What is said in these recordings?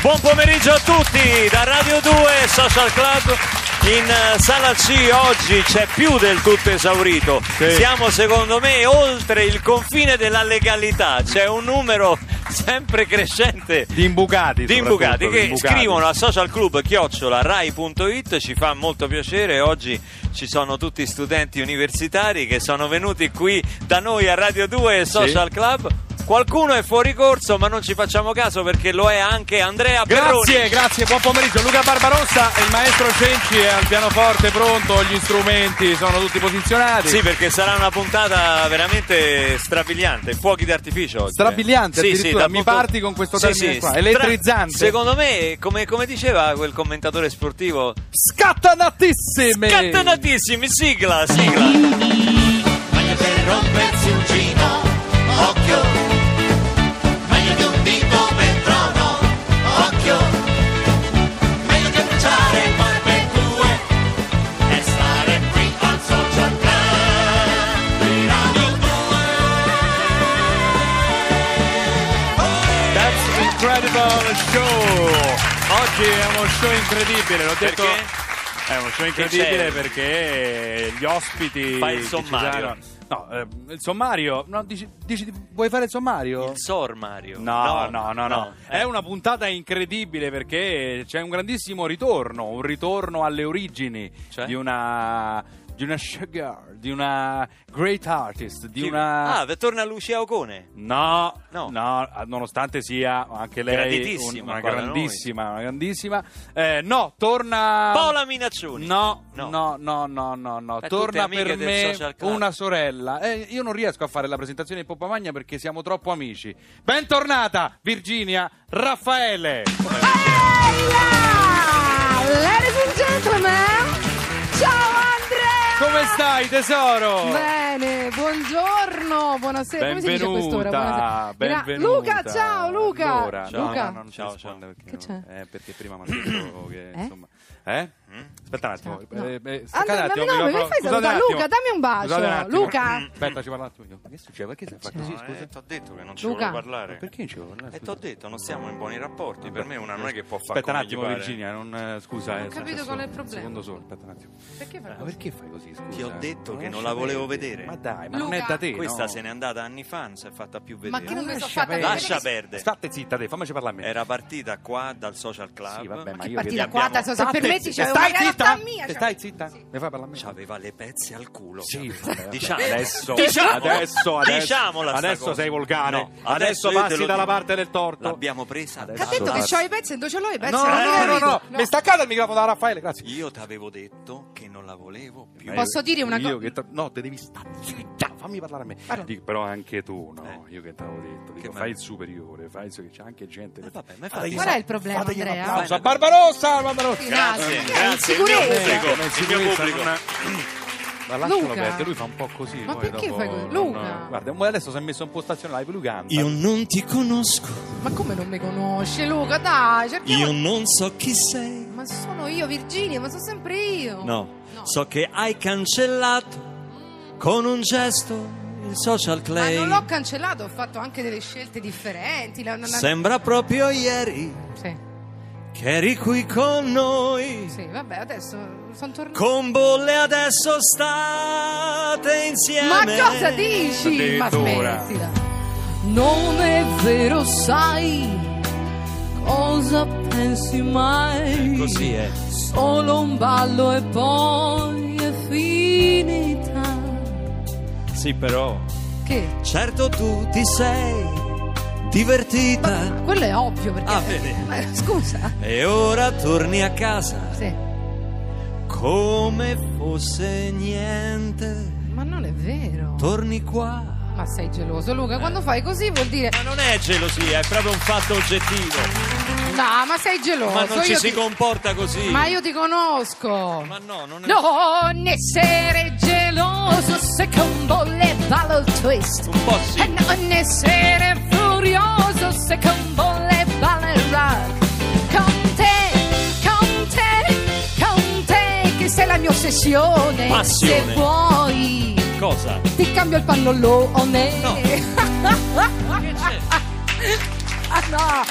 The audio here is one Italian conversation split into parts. Buon pomeriggio a tutti da Radio 2 Social Club. In eh, sala C oggi c'è più del tutto esaurito. Sì. Siamo secondo me oltre il confine della legalità. C'è un numero sempre crescente Di imbucati. di soprattutto, imbucati di che imbucati. scrivono a socialclub chiocciola rai.it ci fa molto piacere oggi ci sono tutti studenti universitari che sono venuti qui da noi a Radio 2 e Social Club qualcuno è fuori corso ma non ci facciamo caso perché lo è anche Andrea Perroni Grazie, grazie, buon pomeriggio. Luca Barbarossa e il maestro Cenci è al pianoforte pronto, gli strumenti sono tutti posizionati. sì perché sarà una puntata veramente strabiliante fuochi d'artificio oggi. eh. Strabiliante, sì, sì, addirittura. da Mi parti con questo termine qua. stra- Elettrizzante. secondo me come- come diceva quel commentatore sportivo Scattanatissime! Scattanatissimi, sigla, sigla. Meglio per rompersi un cino, occhio. Meglio che un dito per trono, occhio. Meglio che bruciare barbecue e stare qui al social club di Radio 2. That's incredible show! Oggi è uno show incredibile, l'ho Perché? detto. È uno c'è? show incredibile perché gli ospiti. Fai il che ci sommario. saranno- No, eh, il sommario. No, dici, dici- vuoi fare il sommario? Il Sor Mario. No, no, no, no. Eh, È una puntata incredibile perché c'è un grandissimo ritorno, un ritorno alle origini Cioè? di una di una showgirl, di una great artist, di chi- una Ah, beh, torna Lucia Ocone. No, No. no, ah, nonostante sia anche lei un- Graditissima una qua da noi. grandissima, una grandissima. Eh, no, torna Paola Minaccioni. No, No. no, no, no, no, no, tutte Torna amiche per del me social club. una sorella. Eh, io non riesco a fare la presentazione di Poppa Magna perché siamo troppo amici. Bentornata Virginia Raffaele. Bella! Ladies and gentlemen! Ciao Andrea! Come stai, tesoro? Bene, buongiorno, buonasera. Come si dice a quest'ora? Benvenuta, Buonasera. Gra- benvenuta. Luca, ciao Luca. Allora, Ciao. Luca. No, no, non Ciao, ti risponde ciao. Perché, Che c'è? non- eh, perché prima mi ha detto che, Eh? Mm? insomma... Eh? Aspetta un attimo. Ciao, no. eh, eh, staccate Andrea, un attimo no, il no, mi microfono. fai Scusate un salutare attimo. Luca, dammi un Scusate un attimo. bacio. Luca, Aspetta, ci parlo un attimo io. Ma che succede? Perché si fa eh, così, scusa? Eh, ti ho detto che non ci Luca. volevo parlare. Perché non ci vuole parlare? E ti Scusa. ho detto, non siamo in buoni rapporti. Per me una non è che può fare Aspetta un attimo, Virginia, non, eh, scusa. Non ho capito qual è il problema. Secondo solo, aspetta un attimo. perché fai Ma così? perché fai così? Scusa, Ti ho detto che non lascia la volevo vedere. Ma dai, ma Luca. non è da te. Questa no? se n'è andata anni fa, non si è fatta più Ma vedere. che non mi sono Lascia fatta perdere. Lascia perdere. State zitta, te, fammici parlare a me. Era partita qua dal social club. Sì, vabbè, ma che io partita che- qua, abbiamo- adesso, se State permetti, zitta, c'è stai una zitta. realtà Te mia, cioè. Stai zitta. Sì. Mi fai parlare a me? Aveva le pezze al culo. Sì, Cioè, vabbè, diciamo. adesso, Diciamola. adesso, adesso, Diciamola sta adesso cosa. sei volgare. No, adesso, io te lo passi dalla dico. parte del torto. L'abbiamo presa. Adesso- Ti ha dalla detto che parte- c'ho i pezzi e dove ce l'ho i pezzi? No, Non no, mi no, no, capito. no, mi è staccato il microfono da Raffaele, grazie. Io ti avevo detto che non la volevo più. Posso dire una Io cosa? che t- no, te devi stare zitta, fammi parlare a me. Parla. Dico, però anche tu, no, Eh. io che t'avevo detto, dico, Che fai me- il superiore, fai il su- che c'è anche gente. Eh, vabbè, ma infatti- Fategli- Qual è il problema, fategli un Andrea? applauso. Fai una cosa. Barbarossa, Barbarossa. Grazie, Eh, grazie. Il mio sicurezza. pubblico, Eh, il mio sicurezza, pubblico. non è- Ma lascialo Luca. perdere, lui fa un po' così. Ma poi perché dopo fai così? non- Luca. Guarda, mo adesso si è messo un po' stazionario, lui canta. Io non ti conosco, Ma come non mi conosce Luca? Dai, cerchiamo... io non so chi sei. Ma sono io Virginia, ma sono sempre io. No, No. so che hai cancellato con un gesto il social Ma clay. non l'ho cancellato, ho fatto anche delle scelte differenti. La, la- la- Sembra proprio ieri Sì, che eri qui con noi. sì, vabbè, adesso sono tornato. Con bolle adesso state insieme. Ma cosa dici? Ma Addirittura. smettila. Non è vero, sai cosa pensi mai? Così eh. è. Solo un ballo e poi è finita. Sì, però. Che? Certo tu ti sei divertita. Quello è ovvio perché. Ah, vedi. Ma scusa. E ora torni a casa Sì. come fosse niente. Ma non è vero. Torni qua. Ma sei geloso, Eh. Luca. Quando fai così vuol dire. Ma non è gelosia, è proprio un fatto oggettivo. No, ma sei geloso. ma non ci Oh, io si ti- comporta così. Ma io ti conosco. Ma no, non è. Non essere geloso secondo le ballo twist. Un po' sì. E non essere furioso secondo le balle rock. Con te, con te, con te che sei la mia ossessione. Passione. Se vuoi, Cosa? ti cambio il oh pannolone. No. ah no,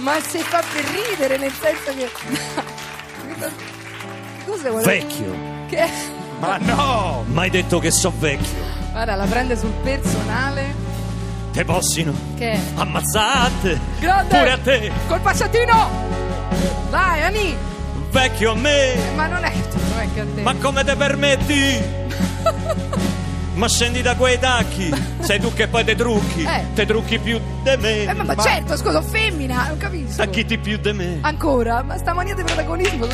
Ma si fa per ridere, nel senso che. Scusa, guarda. Vecchio. Che... Ma no! Mai detto che so vecchio. Guarda, la prende sul personale. Te possino Che. ammazzate. Grande! Pure a te, Col passatino! Vai, Ani! vecchio a me. Ma non è che tu, non è che a te. Ma come te permetti? Ma scendi da quei tacchi. Sei tu che poi te trucchi. Eh. Te trucchi più di me. Eh, ma, ma certo, scusa, femmina, non capisco. Tacchiti più di me. Ah, Ancora? Ma sta mania di protagonismo.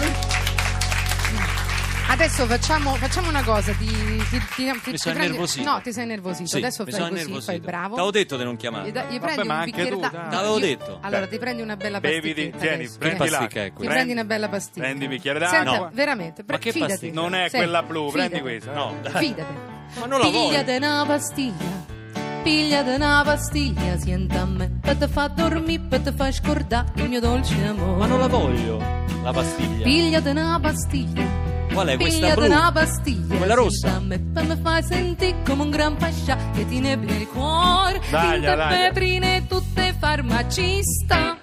Adesso facciamo, facciamo una cosa. Ti, ti, ti, ti- ti sono prendi- innervosito. No, ti sei nervosito. Sì, Adesso mi fai sono così, innervosito. fai il bravo. T'avevo detto di non Gli chiamare. da- Vabbè, gli ma prendi un anche bicchiere tu, d'a- dai. no, T'avevo io- detto. Allora, Beh. ti prendi una bella Bevi di- pasticchetta. tieni, adesso. prendi Ti l'acqua. prendi, Prendi- una bella pasticca. prendi un bicchiere Senta, d'acqua. veramente, pre- Ma che fidati. pasticca? Non è Senti, quella blu, prendi fidati. questa. No, dai. Fidate. Ma non la voglio. Pigliate una pastiglia. Pigliate una pastiglia, sientami. Per te fa dormire, per te fa scordare il mio dolce amore. Ma non la voglio. La pastiglia. Pigliate una pastiglia. Qual è questa Pigliate blu? una pastiglia. Quella rossa. sientami, Per me fai sentire come un gran fascia che ti nebbi il cuore. Daglia, Tinte daglia. peperine, tutte farmacista.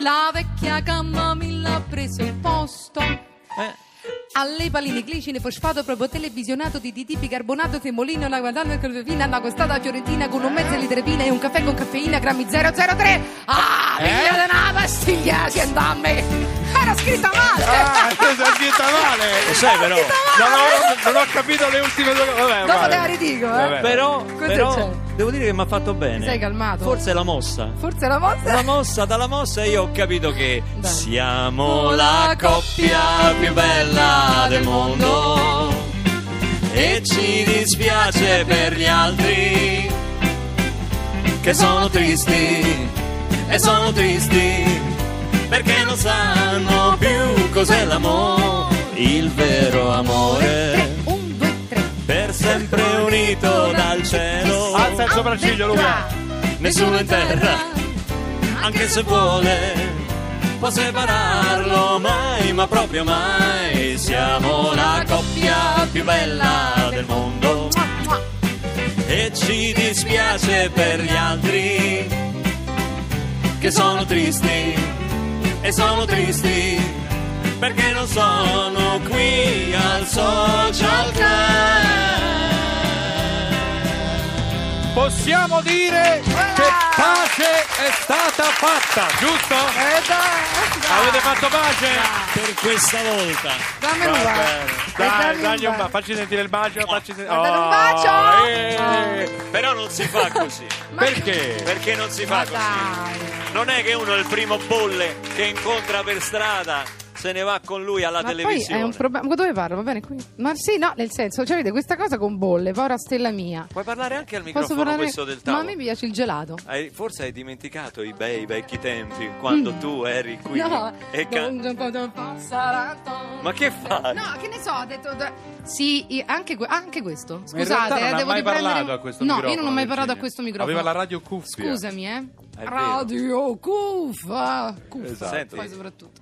La vecchia gamma mi l'ha preso il posto. Eh. Alle paline glicine, fosfato, proprio televisionato di DD, bicarbonato, semolino, la guadagna, calvina, una costata fiorentina con un mezzo litro di vino e un caffè con caffeina, grammi 003. Ah, figlia di una pastiglia, sientammi! Era scritta male! Ah, questa è scritta Lo male! sai però. Non ho, non ho capito le ultime due cose. Vabbè, Dopo guarda. te la ridico, eh? Vabbè. Però, Cosa però c'è? devo dire che mi ha fatto bene. Ti sei calmato? Forse è la mossa. Forse la vostra. La mossa, dalla mossa io ho capito che Dai. siamo la coppia più bella del mondo e ci dispiace per gli altri che sono tristi e sono tristi perché non sanno più cos'è l'amore, il vero amore 1, 2, 3. per sempre unito dal cielo. Alza il sopracciglio, Luca. Nessuno in terra, anche se vuole, può separarlo mai, ma proprio mai. Siamo la coppia più bella del mondo e ci dispiace per gli altri che sono tristi e sono tristi perché non sono qui al social club. Possiamo dire che pace è stata fatta, giusto? Eh, dai. Avete fatto pace? Per questa volta. Dammi Va un bacio. bene. Dai, dagli un bacio, facci sentire il bacio, facci sentire... Guardate un bacio! eh. Però non si fa così. Perché? Perché non si Ma fa così? dai. Non è che uno è il primo bolle che incontra per strada, se ne va con lui alla Ma poi televisione. è un problema. Dove parlo? Va bene qui? Ma sì, no, nel senso, cioè, vedete questa cosa con bolle, povera stella mia. Puoi parlare anche al Posso microfono parlare? questo del Ma a tavolo. me piace il gelato. Hai- forse hai dimenticato i bei vecchi tempi quando tu eri qui Mm. No, e ca- Non- non- non- non- non- sarà to- Ma che fai? No, che ne so, ho detto. d- Sì, i- anche, que- anche questo. Ma in realtà Scusate, non eh, ha devo mai riprendere. parlato a questo no, microfono. io non ho mai parlato a Virginia. questo microfono. Aveva la radio cuffia. Scusami, eh. vero. Radio Cuffa. Cuffa. Esatto. Senti. Poi soprattutto.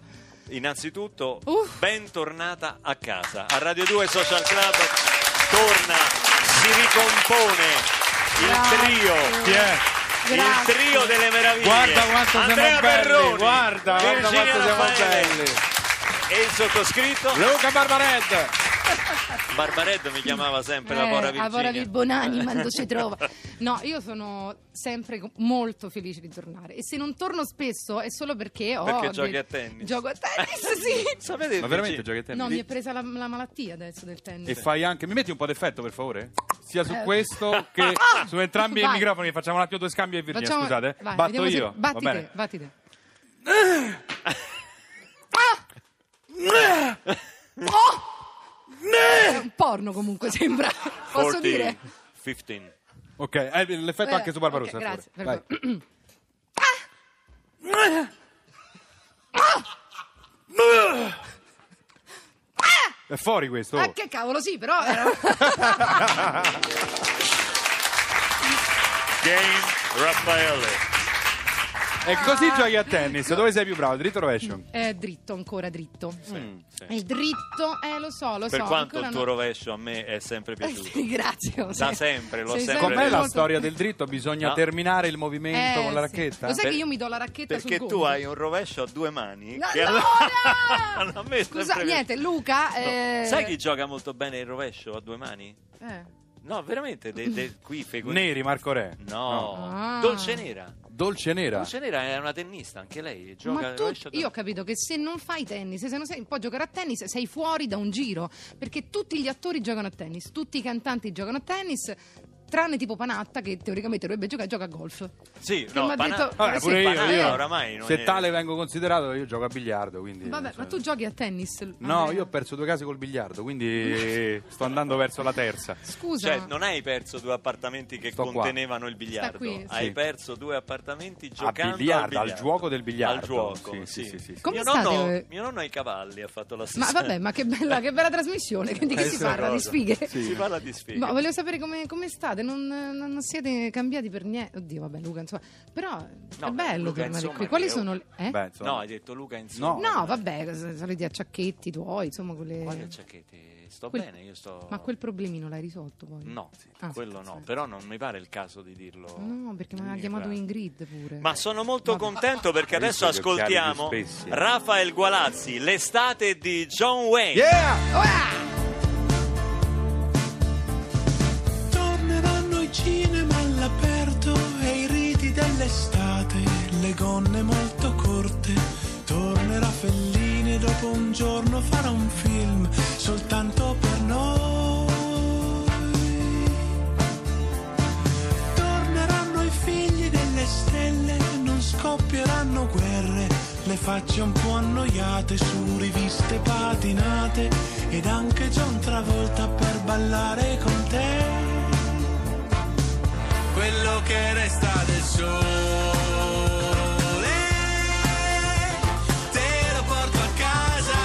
Innanzitutto, Uff. bentornata a casa. A Radio 2 Social Club torna, si ricompone il trio. Chi è? Il Grazie. trio delle meraviglie. Guarda quanto Andrea siamo belli, Perroni, guarda, guarda Virginia quanto siamo Raffaele belli. E il sottoscritto. Luca Barbaret! Barbaretto mi chiamava sempre la Eh, Pora a Bora Virginia. Vibonani, ma non ci trova. No, io sono sempre co- molto felice di tornare. E se non torno spesso è solo perché ho. Perché dei- giochi a tennis. Gioco a tennis, sì. Sapete, Ma veramente Virginia, giochi a tennis? No, mi è presa la, la malattia adesso del tennis. E fai anche. Mi metti un po' d'effetto, per favore? Sia su Eh. questo che su entrambi i Vai. microfoni. Facciamo un attimo due scambi e Virginia, Facciamo- scusate. vai, Batto vediamo se- io. Batti Va te, bene. batti te. Ah! È un porno comunque sembra. Posso 40, dire? 15. Ok, eh, l'effetto anche su Barbarossa. Ok, per grazie. favore. per- Vai. È fuori questo. oh. Ah, che cavolo, sì, però era- Game Raffaele. E così giochi a tennis. Dove sei più bravo? Dritto o rovescio? Eh, dritto, ancora dritto. Il dritto, eh, lo so, Mm. lo so. Per quanto ancora il tuo no. Eh, rovescio a me è sempre piaciuto. Sì, grazie. Da sempre, l'ho Sei sempre Com'è Com'è la molto- storia del dritto? Bisogna No. terminare il movimento Eh, con la sì. racchetta? Lo sai Per- che io mi do la racchetta sul Perché tu gomito? hai un rovescio a due mani. No, che allora! a me è sempre Scusa, niente, Luca... piaciuto. eh, Sai chi gioca molto bene il rovescio a due mani? eh. No, veramente, de- de- qui Fego- Neri, Marco Re. No, Ah. Dolce Nera. Dolce nera. Dolce Nera è una tennista, anche lei gioca Ma al tu, rovescio a due io ho capito che se non fai tennis, se non sei, puoi giocare a tennis, sei fuori da un giro. Perché tutti gli attori giocano a tennis, tutti i cantanti giocano a tennis, tranne tipo Panatta, che teoricamente dovrebbe giocare, gioca a golf. Sì, Che no, Ah, m'ha Panà- detto- Vabbè, Sì, pure io, banale, io eh. oramai non se è- tale vengo considerato, io gioco a biliardo. Quindi, Vabbè, ma tu giochi a tennis? No, Andrea? io ho perso due case col biliardo, quindi sto andando verso la terza. Scusa. Cioè, non hai perso due appartamenti che Sto qua. contenevano il biliardo. qui. Hai Sì. perso due appartamenti A giocando biliardo, al, al gioco del biliardo. Al gioco, sì. Sì, sì, sì, sì, sì. Come mio, state? nonno, mio nonno ai cavalli ha fatto la Ma stessa. vabbè, ma che bella, che bella trasmissione, quindi che si stessa parla di cosa. sfighe? Si parla di sfighe. Ma volevo sapere come, come state, non, non siete cambiati per niente. Oddio, vabbè, Luca, insomma. Però è No, bello Luca, tornare insomma, qui. Quali che- sono le... eh? Beh, insomma. No, hai detto Luca insomma. No. No, vabbè, s- soliti acciacchetti tuoi, insomma, quelle... Guarda, c'è che ti- sto Quel- bene, io sto... Ma quel problemino l'hai risolto poi? No, Ah, quello no, sì. però non mi pare il caso di dirlo. No, perché mi ha Quindi, chiamato fra- Ingrid pure. Ma sono molto Vabbè. contento perché adesso Visto gli occhiali più ascoltiamo spessi. Rafael Gualazzi, l'estate di John Wayne. Yeah! Ah! Torneranno i cinema all'aperto e i riti dell'estate, le gonne molto corte. Tornerà Fellini e dopo un giorno farà un film soltanto per noi. Torneranno i figli delle stelle, non scoppieranno guerre, le facce un po' annoiate su riviste patinate ed anche John Travolta per ballare con te quello che resta del sole. Te lo porto a casa.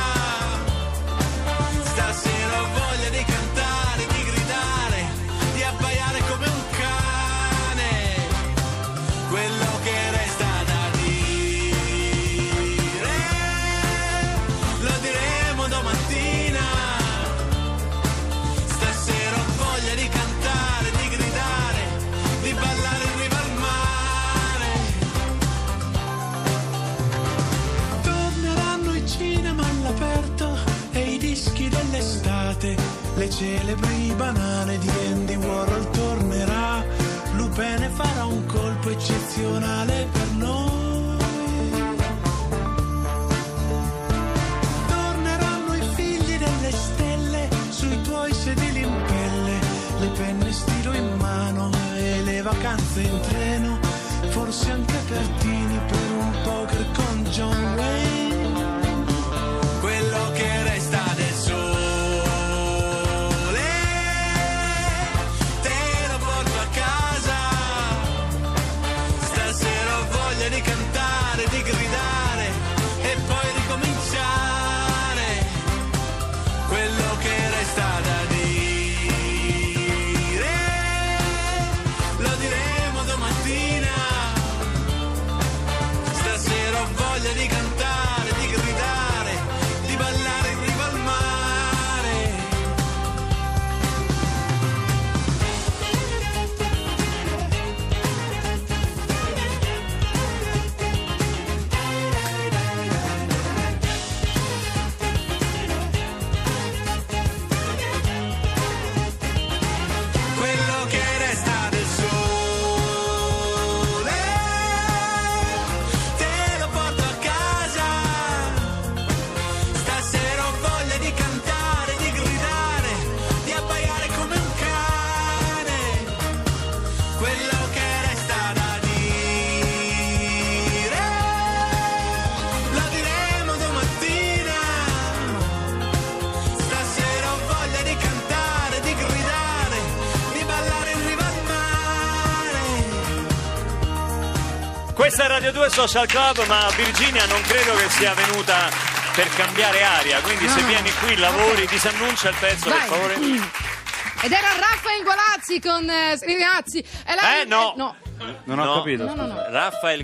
Stasera ho voglia di cantare, di gridare, di abbaiare come un cane. Quello che resta da dire, lo diremo domattina. Stasera ho voglia di cantare, di gridare, di ballare in riva al mare. Torneranno i cinema all'aperto e i dischi dell'estate, le celebri banane di Andy Warhol tornerà. Lupene farà un colpo eccezionale per noi. Torneranno i figli delle stelle sui tuoi sedili in pelle, le penne stilo in mano e le vacanze in treno, forse anche Pertini per un poker con John Wayne. Quello che resta del sole, te lo porto a casa. Stasera ho voglia di cantare, di gridare e poi ricominciare quello che resta da dire. Lo diremo domattina. Stasera ho voglia di cantare, di gridare, di ballare in riva al mare. quello che resta del sole. Te lo porto a casa. Stasera ho voglia di cantare, di gridare, di abbaiare come un cane. Quello che resta da dire. Lo diremo domattina. Stasera ho voglia di cantare, di gridare, di ballare in riva al mare. Questa è Radio 2 Social Club, ma Virginia non credo che sia venuta per cambiare aria, quindi se No. vieni qui, lavori, disannuncia il pezzo, per Vai. favore. Ed era Raffaele Gualazzi con eh, Scrivinazzi. E la- Eh, no. no. Non ho No. capito. No, no, no. Raffaele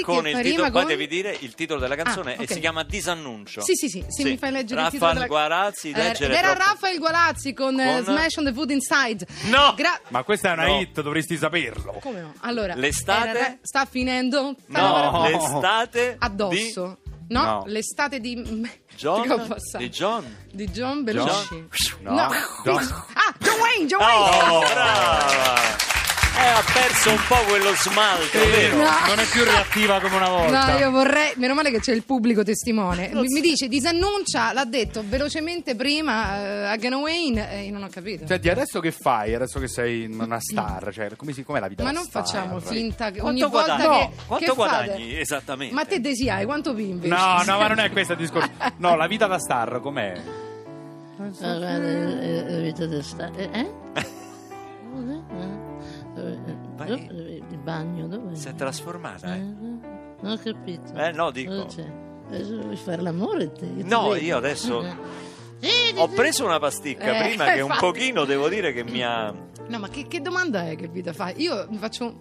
Gualazzi con che il fa titolo, rima poi con- Ah, devi dire il titolo della canzone ok. e si chiama Disannuncio. Sì, sì, sì, se mi fai leggere il Raffaele titolo della... Gualazzi, Eh, leggere ed era troppo- Raffaele Gualazzi con, eh, Con- Smash on the Food Inside. No! Gra- Ma questa è una No. hit, dovresti saperlo. Come no? Allora, L'estate? era- sta finendo. No, No. l'estate Addosso. No, No. l'estate di di John, Dico, passa- di John. di John Belushi. No. No. Ah, John Wayne, John Wayne. Oh, brava! Eh, ha perso un po' quello smalto, vero? No. Non è più reattiva come una volta. No, io vorrei. Meno male che c'è il pubblico testimone. Mi, mi dice disannuncia, l'ha detto velocemente prima eh, a John Wayne. E io non ho capito. Senti, Cioè, adesso che fai? Adesso che sei una star, cioè, come si, com'è la vita Ma da non star? facciamo finta che ogni Quanto volta guadagni? che. No, quanto che guadagni fate? esattamente? Ma te desiai, quanto bimbi? No, no, ma non è questo il discorso. No, la vita da star com'è? Ah, guarda, eh, eh, vita d'estate. Eh? Ah. Ma- Dove- Il bagno dove? Si è trasformata, Mm. eh? Non ho capito. Eh, no, dico. Cosa c'è? Adesso Vuoi fare l'amore te? ti Ah, No, vedo. io adesso- Sì, Ho preso una pasticca Eh, prima che un infatti. pochino devo dire che mi ha... No, Eh, ma che, che domanda è che vita fai? Io mi faccio un...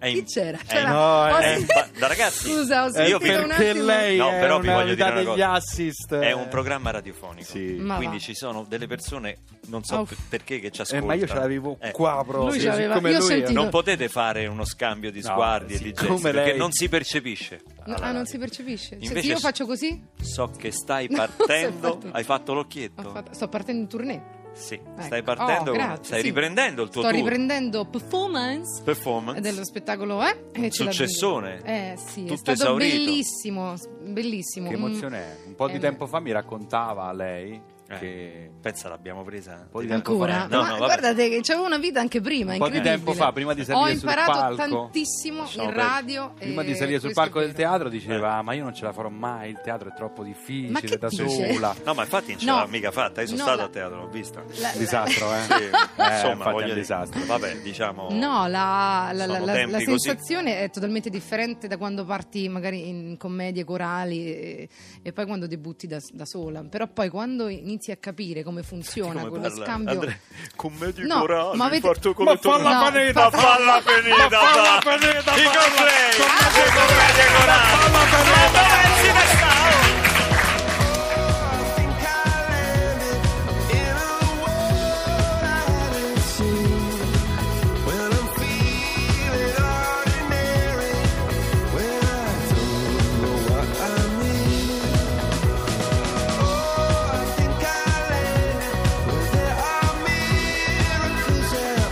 è Chi in- c'era? è C'era- in- no, ho è- sentito- ma- da ragazzi, Eh, Scusa, ho io sentito vi- un attimo. No, però vi voglio dire una degli cosa. assist. È un programma radiofonico. Sì. Ma Quindi va. ci sono delle persone, non so Uff. per- perché, che ci Eh, ascoltano. ma io ce l'avevo Eh, qua proprio. Lui ce l'aveva- siccome io ho lui eh. è- sentito- Non potete fare uno scambio di No, sguardi e di siccome gesti, perché lei- non si percepisce. No, alla ah, non radio. si percepisce. Cioè, se Invece io s- faccio così, So che stai No, sei partendo, partito. hai fatto ho l'occhietto? fatto- sto partendo in tournée. Sì, Ecco. Ecco. stai partendo, Oh, con- grazie, stai sì. riprendendo il tuo Sto tour. riprendendo performance performance. dello spettacolo, eh? E ce la Successone. vedo. Eh sì, Tutto è stato esaurito. bellissimo, s- bellissimo. Che Mm. emozione è? Un po' di Eh, tempo fa mi raccontava lei Eh, che Pensa l'abbiamo presa. po' di Te- tempo Ancora? No, no, Ma vabbè. guardate che c'avevo una vita anche prima, un po' di incredibile. tempo fa, prima di salire Ho sul imparato palco, tantissimo Lasciamo in perdere. radio. Prima e di salire sul questo palco è del vero. teatro diceva: Ma io non ce la farò mai, il teatro è troppo difficile Ma che da dice? sola. No, ma infatti non ce No. l'ha mica fatta. Io sono No, stato la- a teatro, l'ho vista. La- la- Disastro, eh? Sì, Eh, insomma, infatti voglio è un dire, disastro. Vabbè, diciamo. No, la, la- sono la- la- tempi la così. sensazione è totalmente differente da quando parti magari in commedie corali e, e poi quando debutti da, da sola. Però poi quando inizi a capire come funziona Come quello parla scambio... Andrea? Commedie No, corali, ma avete- parto con Ma le tornate. falla No, panetta, fa- falla finita, falla fa. finita, I falla. completi, Tornate le commedie corali. Falla Ma finita. dove si ne sta?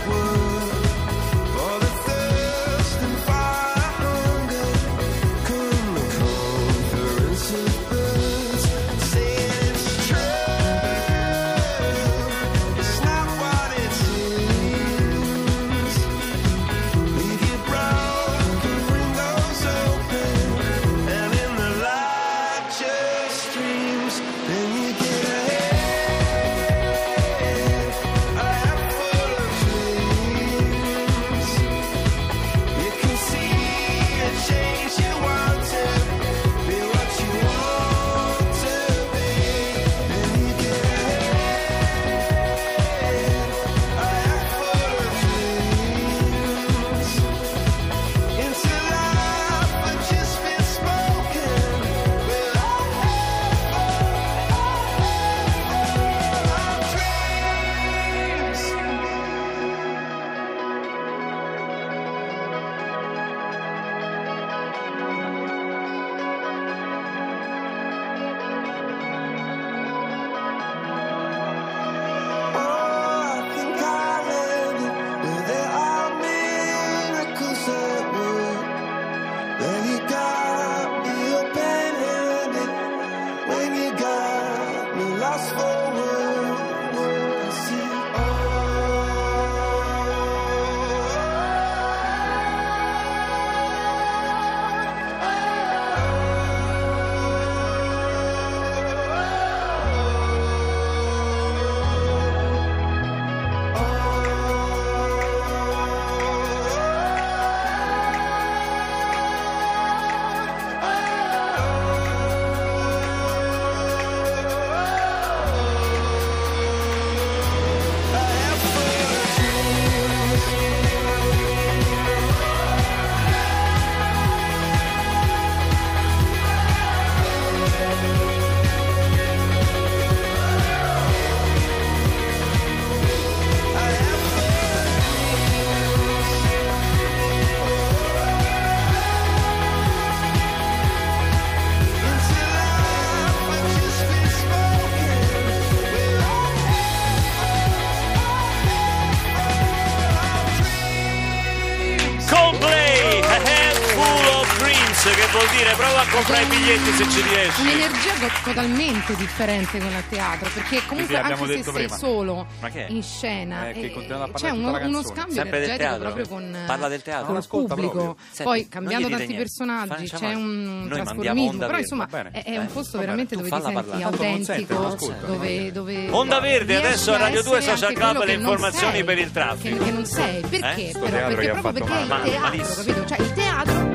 Oh, For the thirst and fire hunger, come and call. Coldplay, A Head Full of Dreams, che vuol dire prova a comprare i biglietti se ci riesci. Un'energia co- totalmente differente quella a teatro, perché Sì, sì, comunque abbiamo anche se detto sei prima. solo Ma che è? in scena Eh, che eh, continuano a c'è parlare uno, tutta la uno canzone. scambio Sempre del energetico teatro. proprio con, eh, Parla del teatro. con Non il ascolta pubblico. proprio. Senti, Poi non cambiando gli dite tanti niente. personaggi Facciamo c'è un noi mandiamo trasformismo, onda però verde, insomma va bene. è, è un Eh, va posto bene. veramente Tu dove ti falla senti parlare. Tanto non sente, non autentico, ascolta. dove, dove Onda Verde, riesci adesso a Radio 2 essere Social anche Club quello le che non informazioni sei, per il traffico. Che, che non sei, perché? Sto Però, teatro perché che Eh? ha fatto proprio perché è il male. teatro, Malissimo. capito? Cioè il teatro